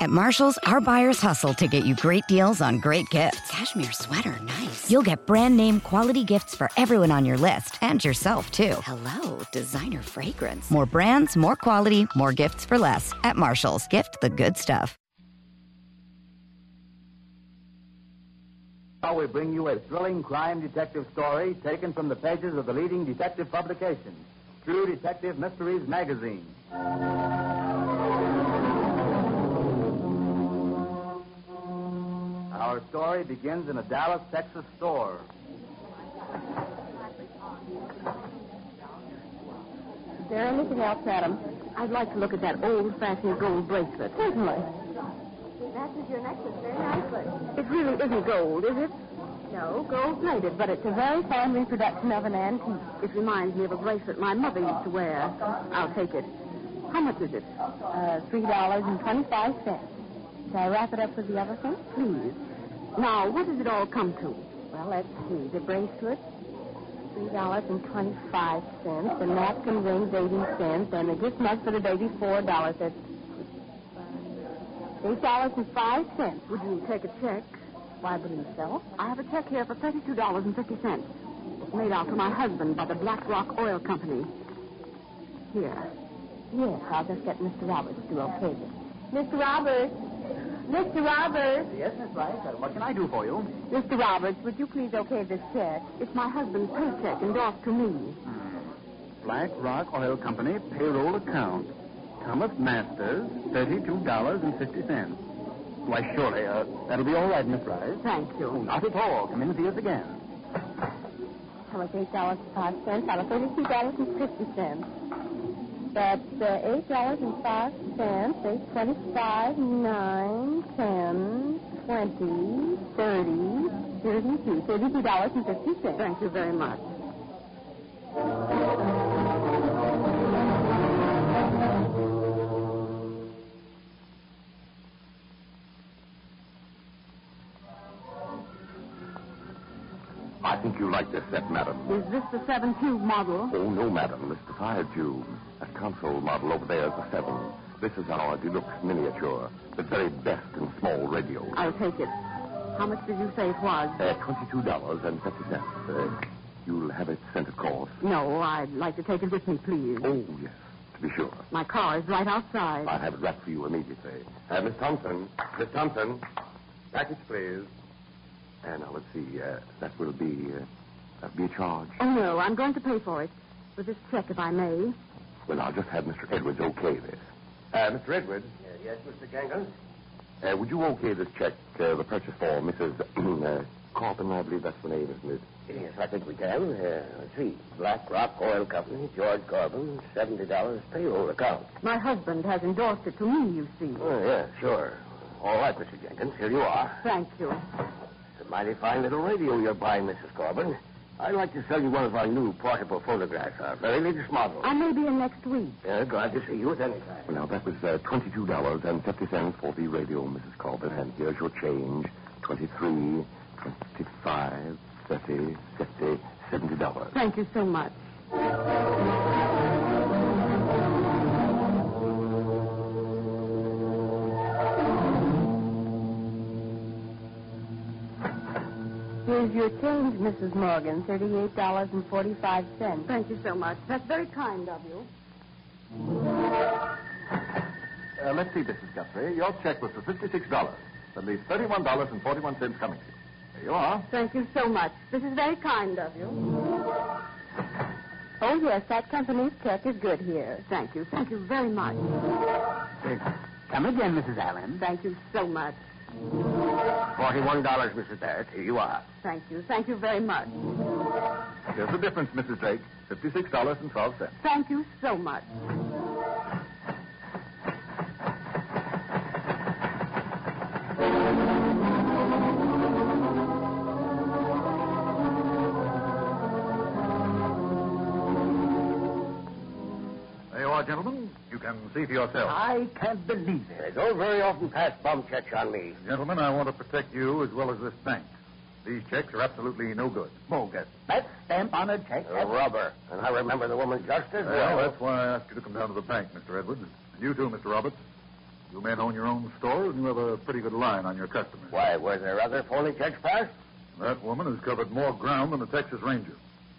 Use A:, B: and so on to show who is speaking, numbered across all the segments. A: At Marshalls, our buyers hustle to get you great deals on great gifts.
B: Cashmere sweater, nice.
A: You'll get brand name quality gifts for everyone on your list and yourself, too.
B: Hello, designer fragrance.
A: More brands, more quality, more gifts for less. At Marshalls, gift the good stuff.
C: Now we bring you a thrilling crime detective story taken from the pages of the leading detective publication, True Detective Mysteries Magazine. Our story begins in a Dallas, Texas store.
D: Is there anything else, madam?
E: I'd like to look at that old-fashioned gold bracelet.
D: Certainly.
F: Matches your necklace very nicely.
E: It really isn't gold, is it?
D: No, gold plated, but it's a very fine reproduction of an antique.
E: It reminds me of a bracelet my mother used to wear. I'll take it. How much is it?
D: Uh, $3.25. Should I wrap it up with the other thing?
E: Please. Now, what does it all come to?
D: Well, let's see. The bracelet, $3.25. The napkin rings, 80 cents. And the gift mug for the baby, $4. That's $8.05.
E: Would you take a check?
D: Why, I believe so.
E: I have a check here for $32.50. It's made out to my husband by the Black Rock Oil Company. Here.
D: Yes, I'll just get Mr. Roberts to okay it. Mr. Roberts! Mr. Roberts!
C: Yes, Miss Rice. What can I do for you?
D: Mr. Roberts, would you please okay this check?
E: It's my husband's paycheck endorsed to me.
C: Black Rock Oil Company payroll account. Thomas Masters, thirty-two dollars and fifty cents. Why, surely, uh, that'll be all right, Miss Rice.
E: Thank
C: Oh,
E: you.
C: not at all. Come in and see us again.
D: That was eight dollars and five cents out of thirty-two dollars and fifty cents. That's uh, eight dollars and five cents, eight twenty-five, nine, ten, twenty, thirty, thirty-two, thirty-two dollars and fifty cents.
E: Thank you very much.
G: I think you like this set, madam.
E: Is this the seven tube model?
G: Oh, no, madam. It's the five tube. That console model over there is the seven. This is our deluxe miniature, the very best in small radio.
E: I'll take it. How much did you say it was?
G: Uh, $22.50. Uh, you'll have it sent, of course.
E: No, I'd like to take it with me, please.
G: Oh, yes, to be sure.
E: My car is right outside.
G: I'll have it wrapped for you immediately. Uh, Miss Thompson, Miss Thompson, package, please. And now, let's see. Uh, that will be, uh, that'll be a charge.
E: Oh, no, I'm going to pay for it. With this check, if I may.
G: Well, I'll just have Mr. Edwards okay this. Uh, Mr. Edwards? yes, Mr. Gangle? Uh, would you okay this check, uh, the purchase for Mrs. uh, Corbin, I believe that's the name, isn't it?
H: Yes, I think we can. Uh, let's see. Black Rock Oil Company, George Corbin, $70 payroll account.
E: My husband has endorsed it to me, you see.
H: Oh, yeah, sure. All right, Mr. Jenkins, here you are.
E: Thank you.
H: It's a mighty fine little radio you're buying, Mrs. Corbin. I'd like to sell you one of our new portable phonographs, our very latest model.
E: I may be in next week.
H: Yeah, glad to see you at any time.
G: Well, now, that was uh, $22.50 for the radio, Mrs. Corbin, and here's your change. Twenty-three, twenty-five, thirty, fifty, seventy dollars
E: Thank you so much.
D: Here's your change, Mrs. Morgan, thirty-eight dollars and forty-five cents.
E: Thank you so much. That's very kind of you.
G: Uh, let's see, Mrs. Guthrie. Your check was for $56. That leaves $31.41 coming to you. There you are.
E: Thank you so much. This is very kind of you.
D: Oh yes, that company's check is good here.
E: Thank you. Thank you very much.
C: Come again, Mrs. Allen.
E: Thank you so much.
H: $41, Mrs. Barrett. Here you are.
E: Thank you. Thank you very much.
G: Here's the difference, Mrs. Drake. $56.12.
E: Thank you so much.
G: There you are, gentlemen. You can see for yourself.
C: I can't believe it.
H: They don't very often pass bum checks on me.
G: Gentlemen, I want to protect you as well as this bank. These checks are absolutely no good. Bogus.
C: That stamp on a check. Oh.
H: A rubber. And I remember the woman just as
G: Well, that's why I asked you to come down to the bank, Mr. Edwards. And you too, Mr. Roberts.
I: You men own your own stores, and you have a pretty good line on your customers.
H: Why, were there other phony checks passed?
I: That woman has covered more ground than the Texas Ranger.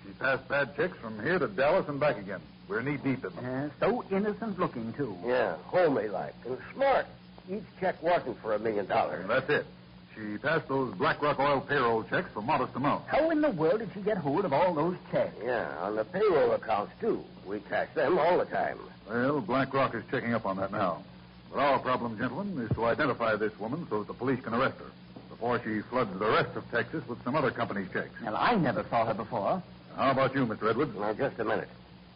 I: She passed bad checks from here to Dallas and back again. We're knee deep in them.
J: Uh, so innocent looking, too.
H: Yeah, homely like. And smart. Each check wasn't for a million dollars.
I: And that's it. She passed those BlackRock oil payroll checks for modest amounts.
J: How in the world did she get hold of all those checks?
H: Yeah, on the payroll accounts, too. We cash them all the time.
I: Well, BlackRock is checking up on that now. But our problem, gentlemen, is to identify this woman so that the police can arrest her before she floods the rest of Texas with some other company's checks.
J: Well, I never saw her before.
I: How about you, Mr. Edwards?
H: Now, just a minute.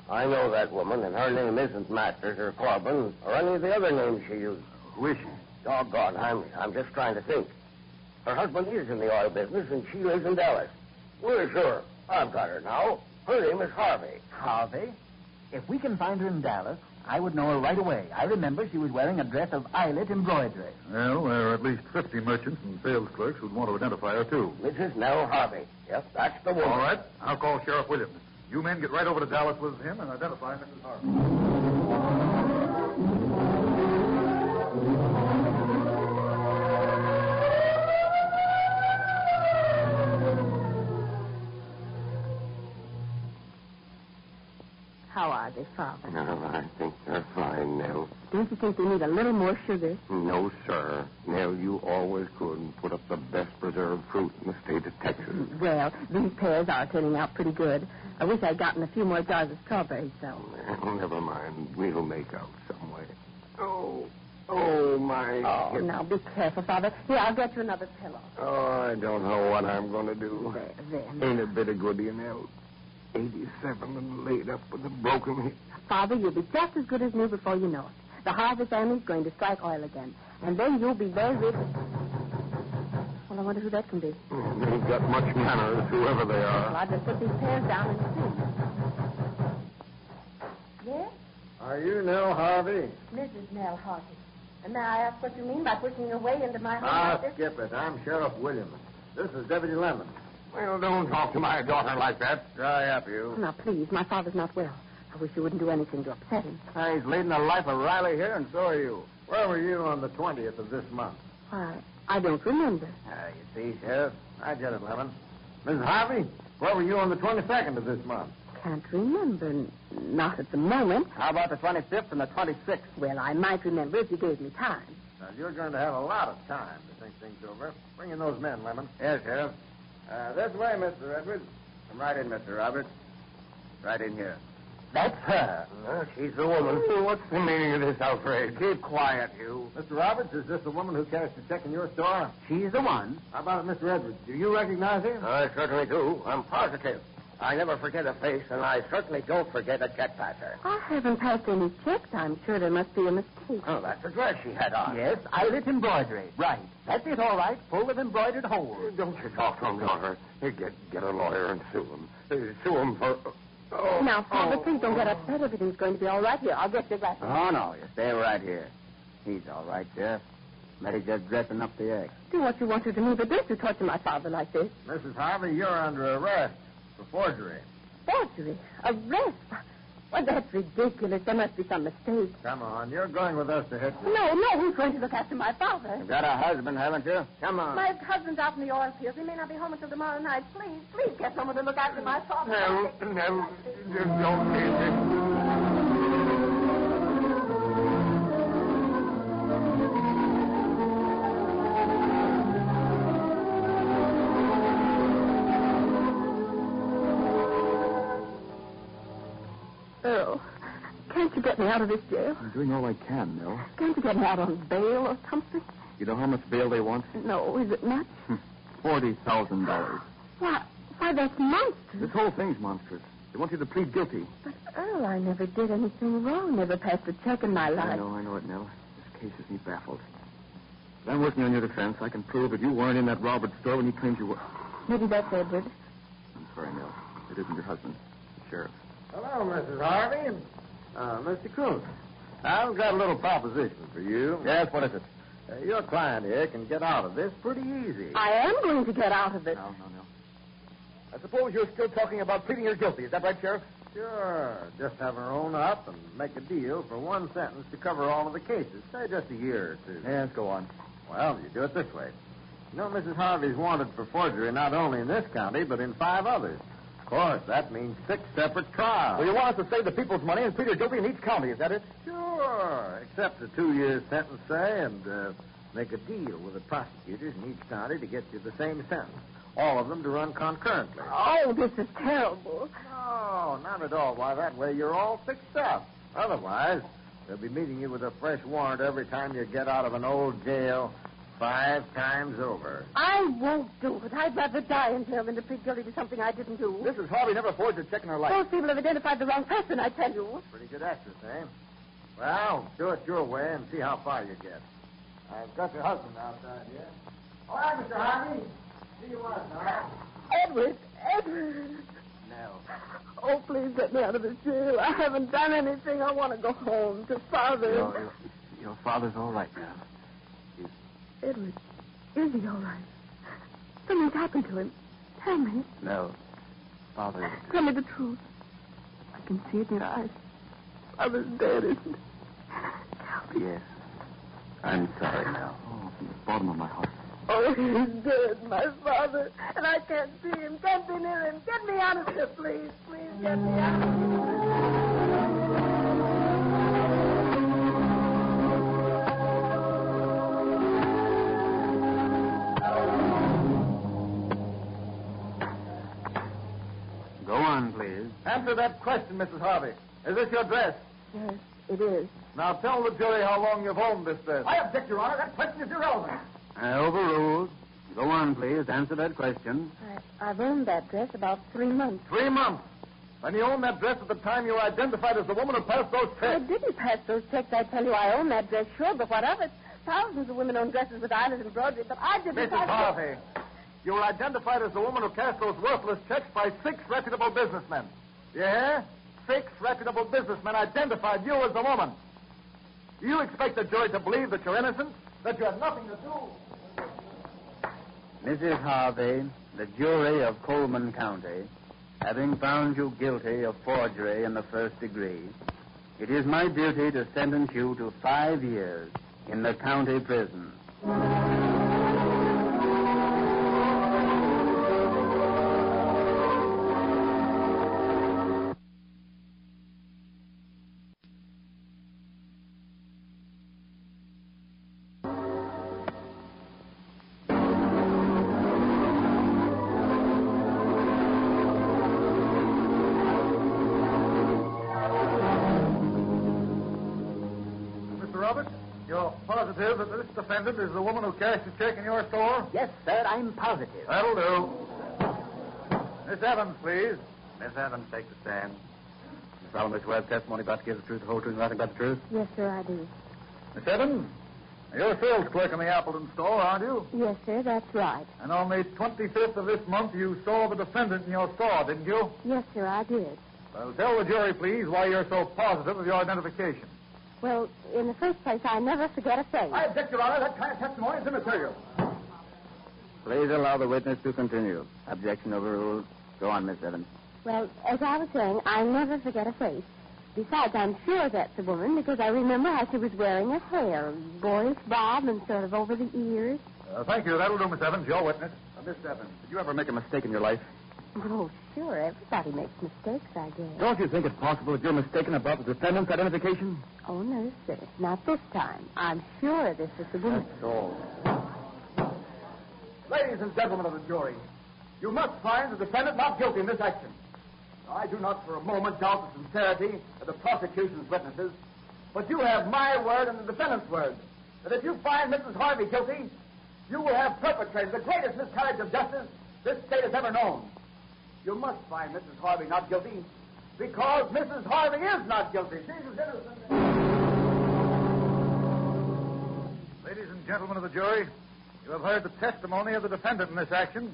H: I know that woman, and her name isn't Masters or Corbin or any of the other names she used.
I: Who is she?
H: Doggone, I'm, I'm just trying to think. Her husband is in the oil business, and she lives in Dallas. We're sure. I've got her now. Her name is Harvey.
J: Harvey? If we can find her in Dallas, I would know her right away. I remember she was wearing a dress of eyelet embroidery.
I: Well, there are at least 50 merchants and sales clerks who'd want to identify her, too.
H: Mrs. Nell Harvey. Yep, that's the woman.
I: All right. I'll call Sheriff Williams. You men get right over to Dallas with him and identify Mrs. Harvey.
D: How are they, Father?
G: No, Oh, I think they're fine, Nell.
D: Don't you think they need a little more sugar?
G: No, sir. Nell, you always could and put up the best preserved fruit in the state of Texas.
D: Mm, Well, these pears are turning out pretty good. I wish I'd gotten a few more jars of strawberries, though.
G: Well, never mind. We'll make out some way. Oh, oh, my.
D: Oh, now be careful, Father. Here, I'll get you another pillow.
G: Oh, I don't know what I'm going to do.
D: There, there. now.
G: Ain't a bit of good, you know. 87 and laid up with a broken hip.
D: Father, you'll be just as good as new before you know it. The Harvey family's going to strike oil again, and then you'll be very rich. Well, I wonder who that can be.
G: They ain't got much manners, whoever they
D: Well,
G: are.
D: I'll just put these pears down and
K: Yes,
G: Are you Nell Harvey?
K: Mrs. Nell Harvey. And may I ask what you mean by pushing your way into my home
H: Ah.
K: like this?
G: Ah, skip it. I'm Sheriff Williams. This is Deputy Lemon. Well, don't talk to my daughter like that. Dry up,
D: see.
G: you.
D: Now, please, my father's not well. I wish you wouldn't do anything to upset him.
G: Ah, He's leading the life of Riley here, and so are you. Where were you on the 20th of this month?
D: Why, I don't remember.
G: Ah, you see, Sheriff, I get it, Lemon. Mrs. Harvey, where were you on the 22nd of this month?
D: Can't remember. N- Not at the moment.
J: How about the 25th and the 26th?
D: Well, I might remember if you gave me time.
G: Now, you're going to have a lot of time to think things over. Bring in those men, Lemon. Yes, Sheriff. Uh, this way, Mr. Edwards. Come right in, Mr. Roberts. Right in here.
J: That's her.
G: she's the woman. What's the meaning of this outrage? Keep quiet, you. Mr. Roberts, is this the woman who cashed the check in your store?
J: She's the one.
G: How about it, Mr. Edwards? Do you recognize her?
H: I certainly do. I'm positive. I never forget a face, and I certainly don't forget a check passer.
D: I haven't passed any checks. I'm sure there must be a mistake.
H: Oh, that's the dress she had on.
J: Yes, eyelet embroidery. Right. That's it, all right. Full of embroidered holes.
G: Don't you talk to him, daughter. Get, get a lawyer and sue him. Uh, Sue him for. Oh,
D: Now, Father,
G: oh.
D: please don't get upset. Everything's going to be all right here. I'll get you back.
J: Oh, no. You stay right here. He's all right, Sheriff. Mary's just dressing up the egg.
D: Do what you want her to do, but don't you torture my father like this.
G: Mrs. Harvey, you're under arrest for forgery.
D: Forgery. Arrest. Well, that's ridiculous. There must be some mistake.
G: Come on, you're going with us to hit.
D: No, no, who's going to look after my father?
G: You've got a husband, haven't you? Come on.
K: My husband's out in the oil fields. He may not be home until tomorrow night. Please, please get someone to look after my father.
G: No, no, you don't need it.
D: Oh, can't you get me out of this jail?
G: I'm doing all I can, Nell.
D: Can't you get me out on bail or something?
G: You know how much bail they want?
D: No, is it not?
G: Forty thousand dollars.
D: Why, why, that's monstrous.
G: This whole thing's monstrous. They want you to plead guilty.
D: But, Earl, I never did anything wrong. Never passed a check in my
G: I
D: life.
G: know, I know it, Nell. This case has me baffled. But I'm working on your defense. I can prove that you weren't in that Robert store when he claims you were.
D: Maybe that's Edward.
G: I'm sorry, Nell. It isn't your husband, the sheriff.
H: Hello, Mrs. Harvey.
G: Uh, Mr. Coon, I've got a little proposition for you. Yes, what is it? Uh, your client here can get out of this pretty easy.
D: I am going to get out of it.
G: No, no, no. I suppose you're still talking about pleading her guilty. Is that right, Sheriff? Sure. Just have her own up and make a deal for one sentence to cover all of the cases. Say just a year or two.
H: Yes, go on.
G: Well, you do it this way. You know, Mrs. Harvey's wanted for forgery not only in this county, but in five others. Of course, that means six separate trials.
H: Well, you want us to save the people's money and Peter Doby in each county, is that it?
G: Sure. Accept a two-year sentence, say, and uh, make a deal with the prosecutors in each county to get you the same sentence. All of them to run concurrently.
D: Oh, this is terrible.
G: No, not at all. Why, that way you're all fixed up. Otherwise, they'll be meeting you with a fresh warrant every time you get out of an old jail five times over.
D: I won't do it. I'd rather die in jail than to plead guilty to something I didn't do.
H: Mrs. Harvey never forged a check in her life.
D: Those people have identified the wrong person, I tell you.
G: Pretty good actress, eh? Well, do it your way and see how far you get. I've got your husband outside here. All right, Mr. Harvey. See you once, all right?
D: Edward, Edward.
G: No.
D: Oh, please get me out of this jail. I haven't done anything. I want to go home to father.
H: No, your, your father's all right now.
D: Edward, is he all right? Something's happened to him. Tell me.
H: No. Father.
D: Tell me the truth. I can see it in your eyes. Father's dead, isn't he? Tell me.
H: Yes. I'm sorry now. Oh, from the bottom of my heart.
D: Oh, he's dead, my father. And I can't see him, can't be near him. Get me out of here, please. Please get me out of here.
H: Go on, please.
G: Answer that question, Mrs. Harvey. Is this your dress?
D: Yes, it is.
G: Now tell the jury how long you've owned this dress.
H: I object, Your Honor. That question is irrelevant.
G: I overruled. Go on, please. Answer that question.
D: I, I've owned that dress about three months.
G: Three months. And you owned that dress at the time you were identified as the woman who passed those
D: I
G: checks.
D: didn't pass those checks. I tell you, I own that dress, sure, but what of it? Thousands of women own dresses with eyelets and embroidery, but I didn't.
G: Mrs.
D: pass those-
G: Harvey, you were identified as the woman who cast those worthless checks by six reputable businessmen. Yeah? Six reputable businessmen identified you as the woman. Do you expect the jury to believe that you're innocent? That you had nothing to do?
H: Mrs. Harvey, the jury of Coleman County, having found you guilty of forgery in the first degree, it is my duty to sentence you to five years in the county prison.
G: Mr. Roberts, you're positive that this defendant is the woman who cashed the check in your store?
H: Yes, sir, I'm positive.
G: That'll do. Miss Evans, please. Miss Evans, take the stand.
H: Miss Allen, Miss Webb, testimony about to give the truth, the whole truth, and nothing but the truth.
D: Yes, sir, I do.
G: Miss Evans, you're a sales clerk in the Appleton store, aren't you?
D: Yes, sir, that's right.
G: And on the 25th of this month, you saw the defendant in your store, didn't you?
D: Yes, sir, I did.
G: Well, tell the jury, please, why you're so positive of your identification.
D: Well, in the first place, I never forget a face.
G: I object, Your Honor. That kind of testimony is immaterial.
H: Please allow the witness to continue. Objection overruled. Go on, Miss Evans.
D: Well, as I was saying, I never forget a face. Besides, I'm sure that's a woman because I remember how she was wearing her hair, boyish bob and sort of over the ears.
G: Uh, thank you. That'll do, Miss Evans. Your witness.
H: Miss Evans, did you ever make a mistake in your life?
D: Oh, sure, everybody makes mistakes, I guess.
H: Don't you think it's possible that you're mistaken about the defendant's identification?
D: Oh, no, sir, not this time. I'm sure this is the woman.
H: all.
G: Ladies and gentlemen of the jury, you must find the defendant not guilty in this action. I do not for a moment doubt the sincerity of the prosecution's witnesses, but you have my word and the defendant's word that if you find Mrs. Harvey guilty, you will have perpetrated the greatest miscarriage of justice this state has ever known. You must find Mrs. Harvey not guilty because Mrs. Harvey is not guilty. She's as innocent. Ladies and gentlemen of the jury, you have heard the testimony of the defendant in this action.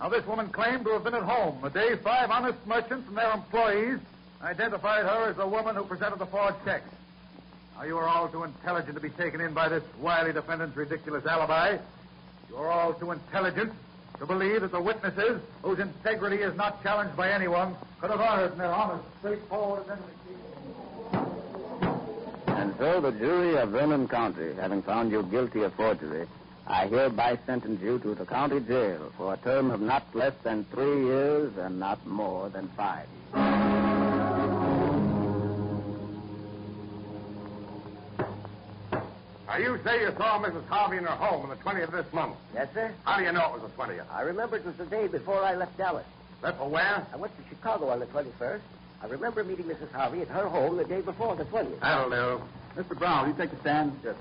G: Now, this woman claimed to have been at home the day five honest merchants and their employees identified her as the woman who presented the forged checks. Now, you are all too intelligent to be taken in by this wily defendant's ridiculous alibi. You are all too intelligent
L: to believe that the witnesses, whose integrity is not challenged by anyone, could have honored in their honest, straightforward identity.
G: And so the jury of Vernon County, having found you guilty of forgery, I hereby sentence you to the county jail for a term of not less than three years and not more than five.
M: Now, you say you saw Mrs. Harvey in her home on the 20th of this month.
H: Yes, sir?
M: How do you know it was the 20th?
H: I remember it was the day before I left Dallas.
M: Left for where?
H: I went to Chicago on the 21st. I remember meeting Mrs. Harvey at her home the day before the 20th.
M: That'll do.
G: Mr. Brown, will you take a stand? Yes.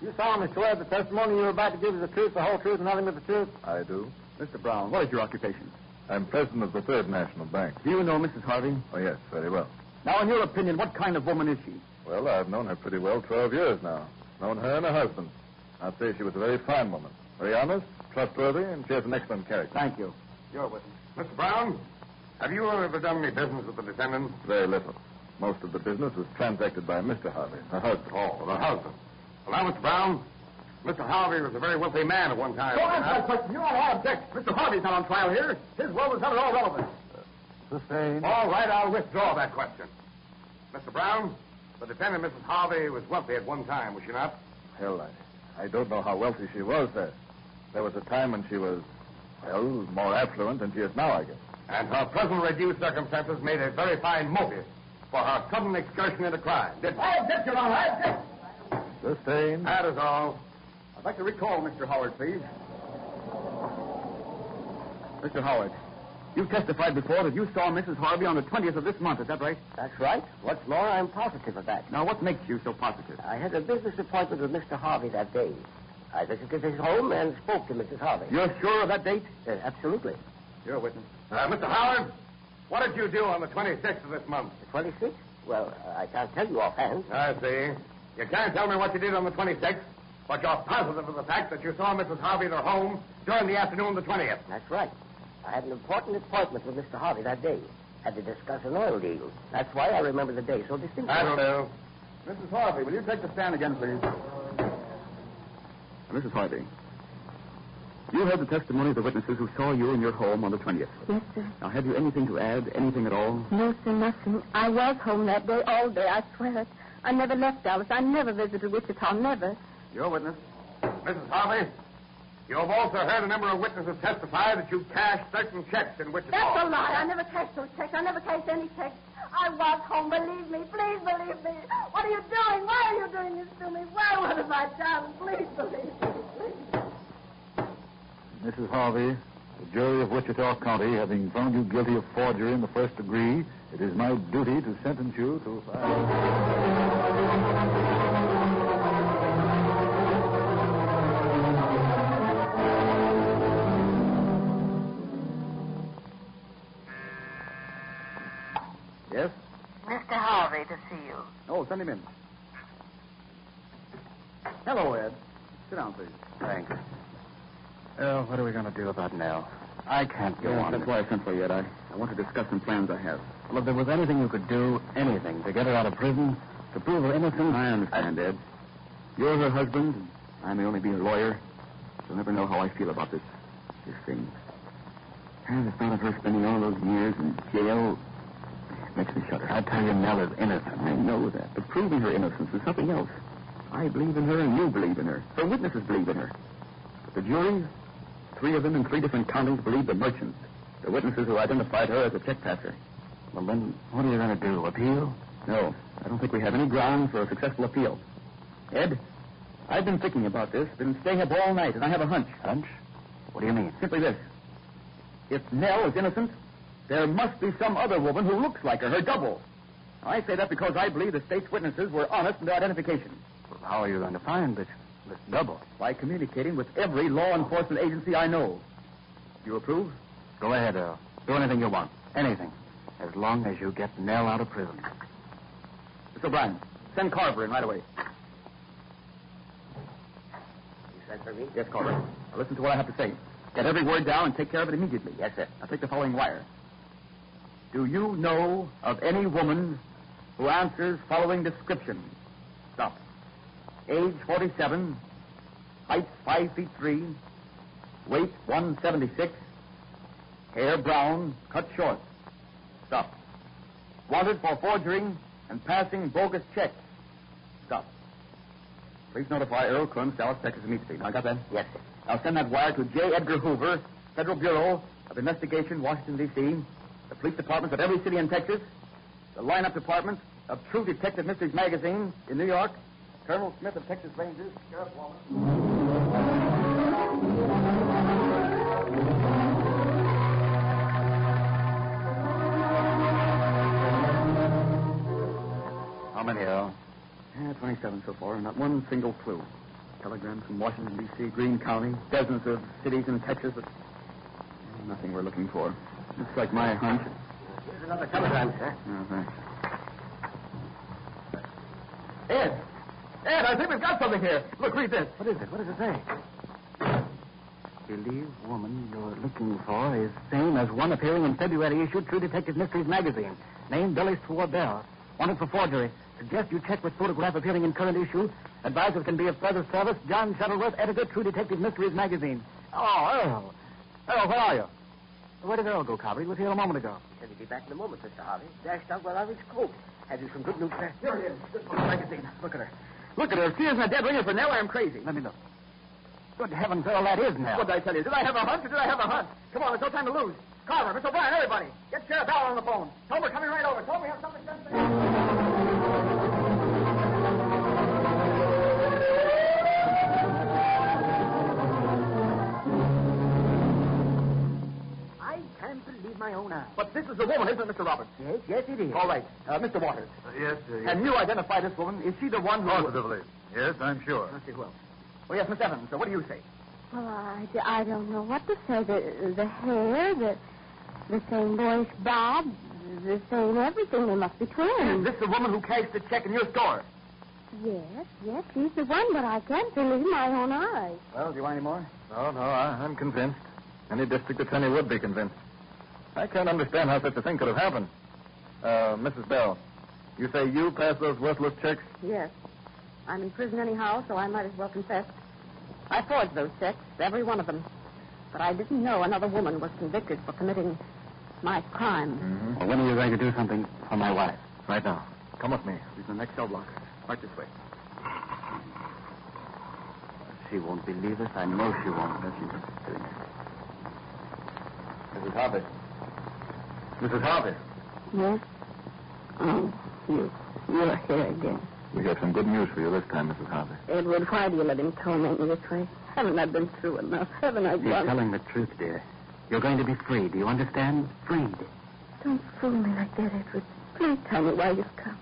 H: You solemnly swear the testimony you were about to give is the truth, the whole truth, and nothing but the truth?
N: I do.
G: Mr. Brown, what is your occupation?
N: I'm president of the Third National Bank.
G: Do you know Mrs. Harvey?
N: Oh, yes, very well.
G: Now, in your opinion, what kind of woman is she?
N: Well, I've known her pretty well 12 years now. Known her and her husband. I'd say she was a very fine woman. Very honest, trustworthy, and she has an excellent character.
G: Thank you.
M: You're with me. Mr. Brown, have you ever done any business with the defendant?
N: Very little. Most of the business was transacted by Mr. Harvey, her husband.
M: Oh, the husband. Well, now, Mr. Brown, Mr. Harvey was a very wealthy man at one time.
L: Don't answer that question. You don't want to object. Mr. Harvey's not on trial here. His will was not at all relevant.
N: Sustained.
M: All right, I'll withdraw that question. Mr. Brown, the defendant, Mrs. Harvey, was wealthy at one time, was she not?
N: Hell, I, I don't know how wealthy she was there. There was a time when she was, well, more affluent than she is now, I guess.
M: And her present reduced circumstances made a very fine motive for her sudden excursion into crime, didn't
L: I object, Your Honor. I object.
N: Sustained.
M: That is
G: Oh,
M: all.
L: I'd like to recall Mr. Howard, please.
G: Mr. Howard, you testified before that you saw Mrs. Harvey on the 20th of this month, is that right?
H: That's right. What's more, I'm positive of that.
G: Now, what makes you so positive?
H: I had a business appointment with Mr. Harvey that day. I visited his home and spoke to Mrs. Harvey.
G: You're sure of that date?
H: Yes, absolutely.
G: You're a witness.
M: Uh, Mr. Howard, what did you do on the 26th of this month?
H: The 26th? Well, I can't tell you offhand.
M: I see. You can't tell me what you did on the 26th, but you're positive of the fact that you saw Mrs. Harvey at her home during the afternoon of the 20th.
H: That's right. I had an important appointment with Mr. Harvey that day. Had to discuss an oil deal. That's why I remember the day so distinctly.
M: That'll do.
L: Mrs. Harvey, will you take the stand again, please?
G: Mrs. Uh, Harvey, you heard the testimony of the witnesses who saw you in your home on the 20th.
D: Yes, sir.
G: Now, have you anything to add? Anything at all?
D: No, sir, nothing. I was home that day, all day, I swear it. I never left Dallas. I never visited Wichita, never.
G: Your witness.
M: Mrs. Harvey, you have also heard a number of witnesses testify that you cashed certain checks in Wichita.
O: That's a lie. I never cashed those checks. I never cashed any checks. I was home. Believe me. Please believe me. What are you doing? Why are you doing this to me? Why? What have I done? Please believe me. Please.
N: Mrs. Harvey, the jury of Wichita County, having found you guilty of forgery in the first degree, it is my duty to sentence you to five.
G: Yes?
P: Mr. Harvey to see you.
G: Oh, send him in. Hello, Ed. Sit down, please.
N: Thanks.
G: Well, Uh, what are we going to do about Nell? I can't go
N: Yes,
G: on.
N: that's
G: why I sent for you, Ed. I, I want to discuss some plans I have. Well, if there was anything you could do, anything, to get her out of prison, to prove her innocent. I understand, Ed. You're her husband, and I may only be her lawyer. You'll never know how I feel about this, this thing. And the thought of her spending all those years in jail makes me shudder. I tell you, Nell is innocent. I know that. But proving her innocence is something else. I believe in her, and you believe in her. Her witnesses believe in her. But the jury, three of them in three different counties, believe the merchants, the witnesses who identified her as a check passer. Well, then, what are you going to do? Appeal? No. I don't think we have any ground for a successful appeal. Ed, I've been thinking about this, been staying up all night, and I have a hunch.
N: Hunch? What do you mean?
G: Simply this. If Nell is innocent, there must be some other woman who looks like her, her double. Now, I say that because I believe the state's witnesses were honest in their identification.
N: Well, how are you going to find this, this double?
G: By communicating with every law enforcement agency I know. You approve?
N: Go ahead, Earl. Do anything you want. Anything. As long as you get Nell out of prison.
G: Mr. O'Brien, send Carver in right away.
H: You sent for me?
G: Yes, Carver. Now listen to what I have to say. Get every word down and take care of it immediately.
H: Yes, sir.
G: Now take the following wire. Do you know of any woman who answers following description? Stop. Age 47, height 5 feet 3, weight 176, hair brown, cut short. Stop. Wanted for forging and passing bogus checks. Stop. Please notify Earl Crumb, Dallas, Texas meat scene. I got that?
H: Yes, sir.
G: I'll send that wire to J. Edgar Hoover, Federal Bureau of Investigation, Washington, D.C., the police departments of every city in Texas, the lineup department of True Detective Mysteries magazine in New York, Colonel Smith of Texas Rangers, Sheriff How many, Al? Yeah, 27 so far, and not one single clue. Telegrams from Washington, D.C., Greene County, dozens of cities in Texas, but nothing we're looking for. Looks like my hunch.
H: Here's another telegram, sir.
G: Oh, thanks.
L: Ed! Ed, I think we've got something here. Look, read this.
H: What is it? What does it say?
G: Believe woman you're looking for is same as one appearing in February issue True Detective Mysteries magazine. Name Billy Swarbell. Wanted for forgery. Suggest you check with photograph appearing in current issue. Advisor can be of further service. John Shuttleworth, editor, True Detective Mysteries magazine. Oh, Earl. Earl, where are you? Where did Earl go, Cobb? He was here a moment ago.
H: He said he'd be back in a moment, Mr. Harvey. Dashed out while I was coat. Have you some good news, sir?
L: Here it is. This one's magazine.
H: Look at her.
G: Look at her. If she isn't a dead ringer for now, I'm crazy. Let me look. Good heavens, Earl, that is now.
L: What did I tell you? Did I have a hunt or did I have a hunt? Come on, there's no time to lose. Carver, Mr. O'Brien, everybody. Get Sheriff Allen on the phone. Tell him we're coming right over. Tell him we have something to say.
H: I can't believe my own eyes.
L: But this is the woman, isn't it, Mr. Roberts?
H: Yes, yes, it is.
L: All right. Uh, Mr. Waters.
N: yes, sir.
L: Can you identify this woman? Is she the one who...
N: Positively. Yes, I'm sure.
L: Let's see who else. Well, yes, Miss Evans. So what do you say?
D: Well, I, I don't know what to say. The, the hair, the, the same boyish bob, the same everything. They must be
L: Is
D: twins.
L: this the woman who cashed the check in your store?
D: Yes, yes, she's the one, but I can't believe my own eyes.
G: Well, do you want any more?
N: No, no, I, I'm convinced. Any district attorney would be convinced. I can't understand how such a thing could have happened. Uh, Mrs. Bell, you say you passed those worthless checks?
Q: Yes. I'm in prison anyhow, so I might as well confess. I forged those checks, every one of them. But I didn't know another woman was convicted for committing my crime.
G: Mm-hmm. Well, when are you going to do something for my wife?
N: Right now. Come with me.
G: She's in the next cell block. Right this way. She won't believe us. I know she won't. That's she doing.
M: Mrs. Harvey. Mrs. Harvey.
D: Yes? Oh, you. You're here again.
N: We have some good news for you this time, Mrs. Harvey.
D: Edward, why do you let him torment me this way? Haven't I been through enough? Haven't I
G: She's telling the truth, dear. You're going to be free. Do you understand? Freed.
D: Don't fool me like that, Edward. Please tell me why you've come.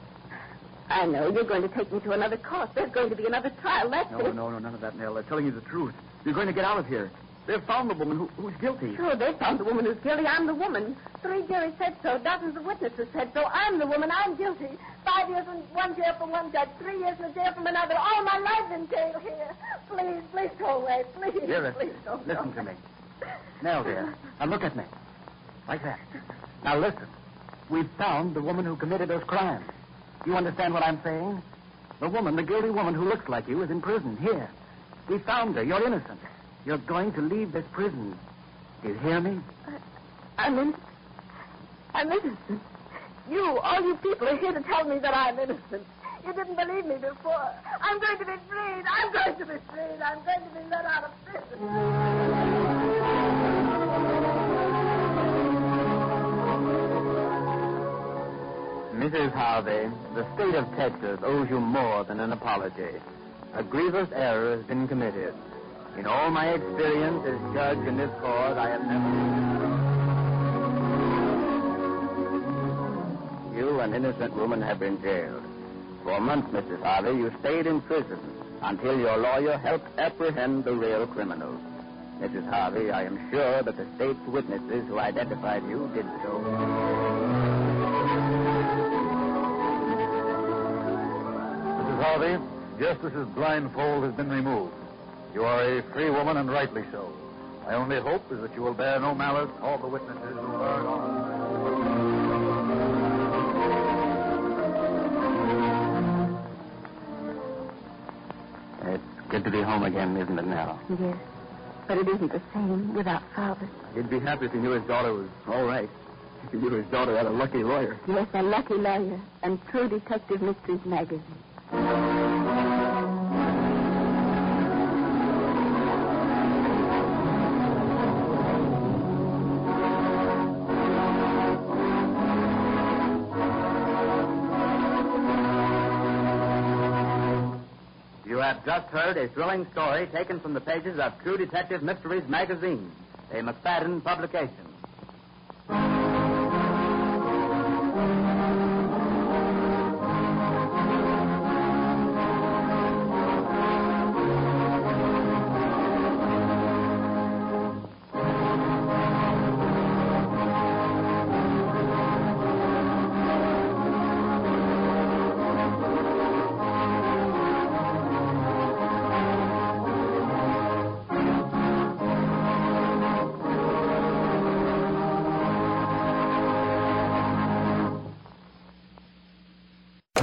D: I know you're going to take me to another court. There's going to be another trial. That's
G: No,
D: it.
G: no, no, none of that, Nell. They're telling you the truth. You're going to get out of here. They've found the woman who, who's guilty.
D: Sure, Oh, they found the woman who's guilty. I'm the woman. Three juries said so. Dozens of witnesses said so. I'm the woman. I'm guilty.
O: Five years in one jail from one judge, three years in a jail from another. All my life in jail here. Please, please go away. Please,
G: Hear it.
O: please don't
G: Listen to me. Nell, dear. Now look at me. Like that. Now listen. We've found the woman who committed those crimes. You understand what I'm saying? The woman, the guilty woman who looks like you, is in prison here. We found her. You're innocent. You're going to leave this prison. Do you hear me?
D: I'm in. I'm innocent. You, all you people, are here to tell me that I'm innocent.
O: You didn't believe me before. I'm going to be freed. I'm going to be freed. I'm going to be let out of prison.
G: Mrs. Harvey, the state of Texas owes you more than an apology. A grievous error has been committed. In all my experience as judge in this court, I have never. You, an innocent woman, have been jailed. For months, Mrs. Harvey, you stayed in prison until your lawyer helped apprehend the real criminal. Mrs. Harvey, I am sure that the state's witnesses who identified you did so.
N: Mrs. Harvey, Justice's blindfold has been removed. You are a free woman, and rightly so. My only hope is that you will bear no malice all the witnesses who are on.
G: It's good to be home again, isn't it now?
D: Yes. But it isn't the same without father.
N: He'd be happy if he knew his daughter was all right. If he knew his daughter had a lucky lawyer.
D: Yes, a lucky lawyer and true detective mysteries magazine.
G: You have just heard a thrilling story taken from the pages of True Detective Mysteries magazine, a McFadden publication.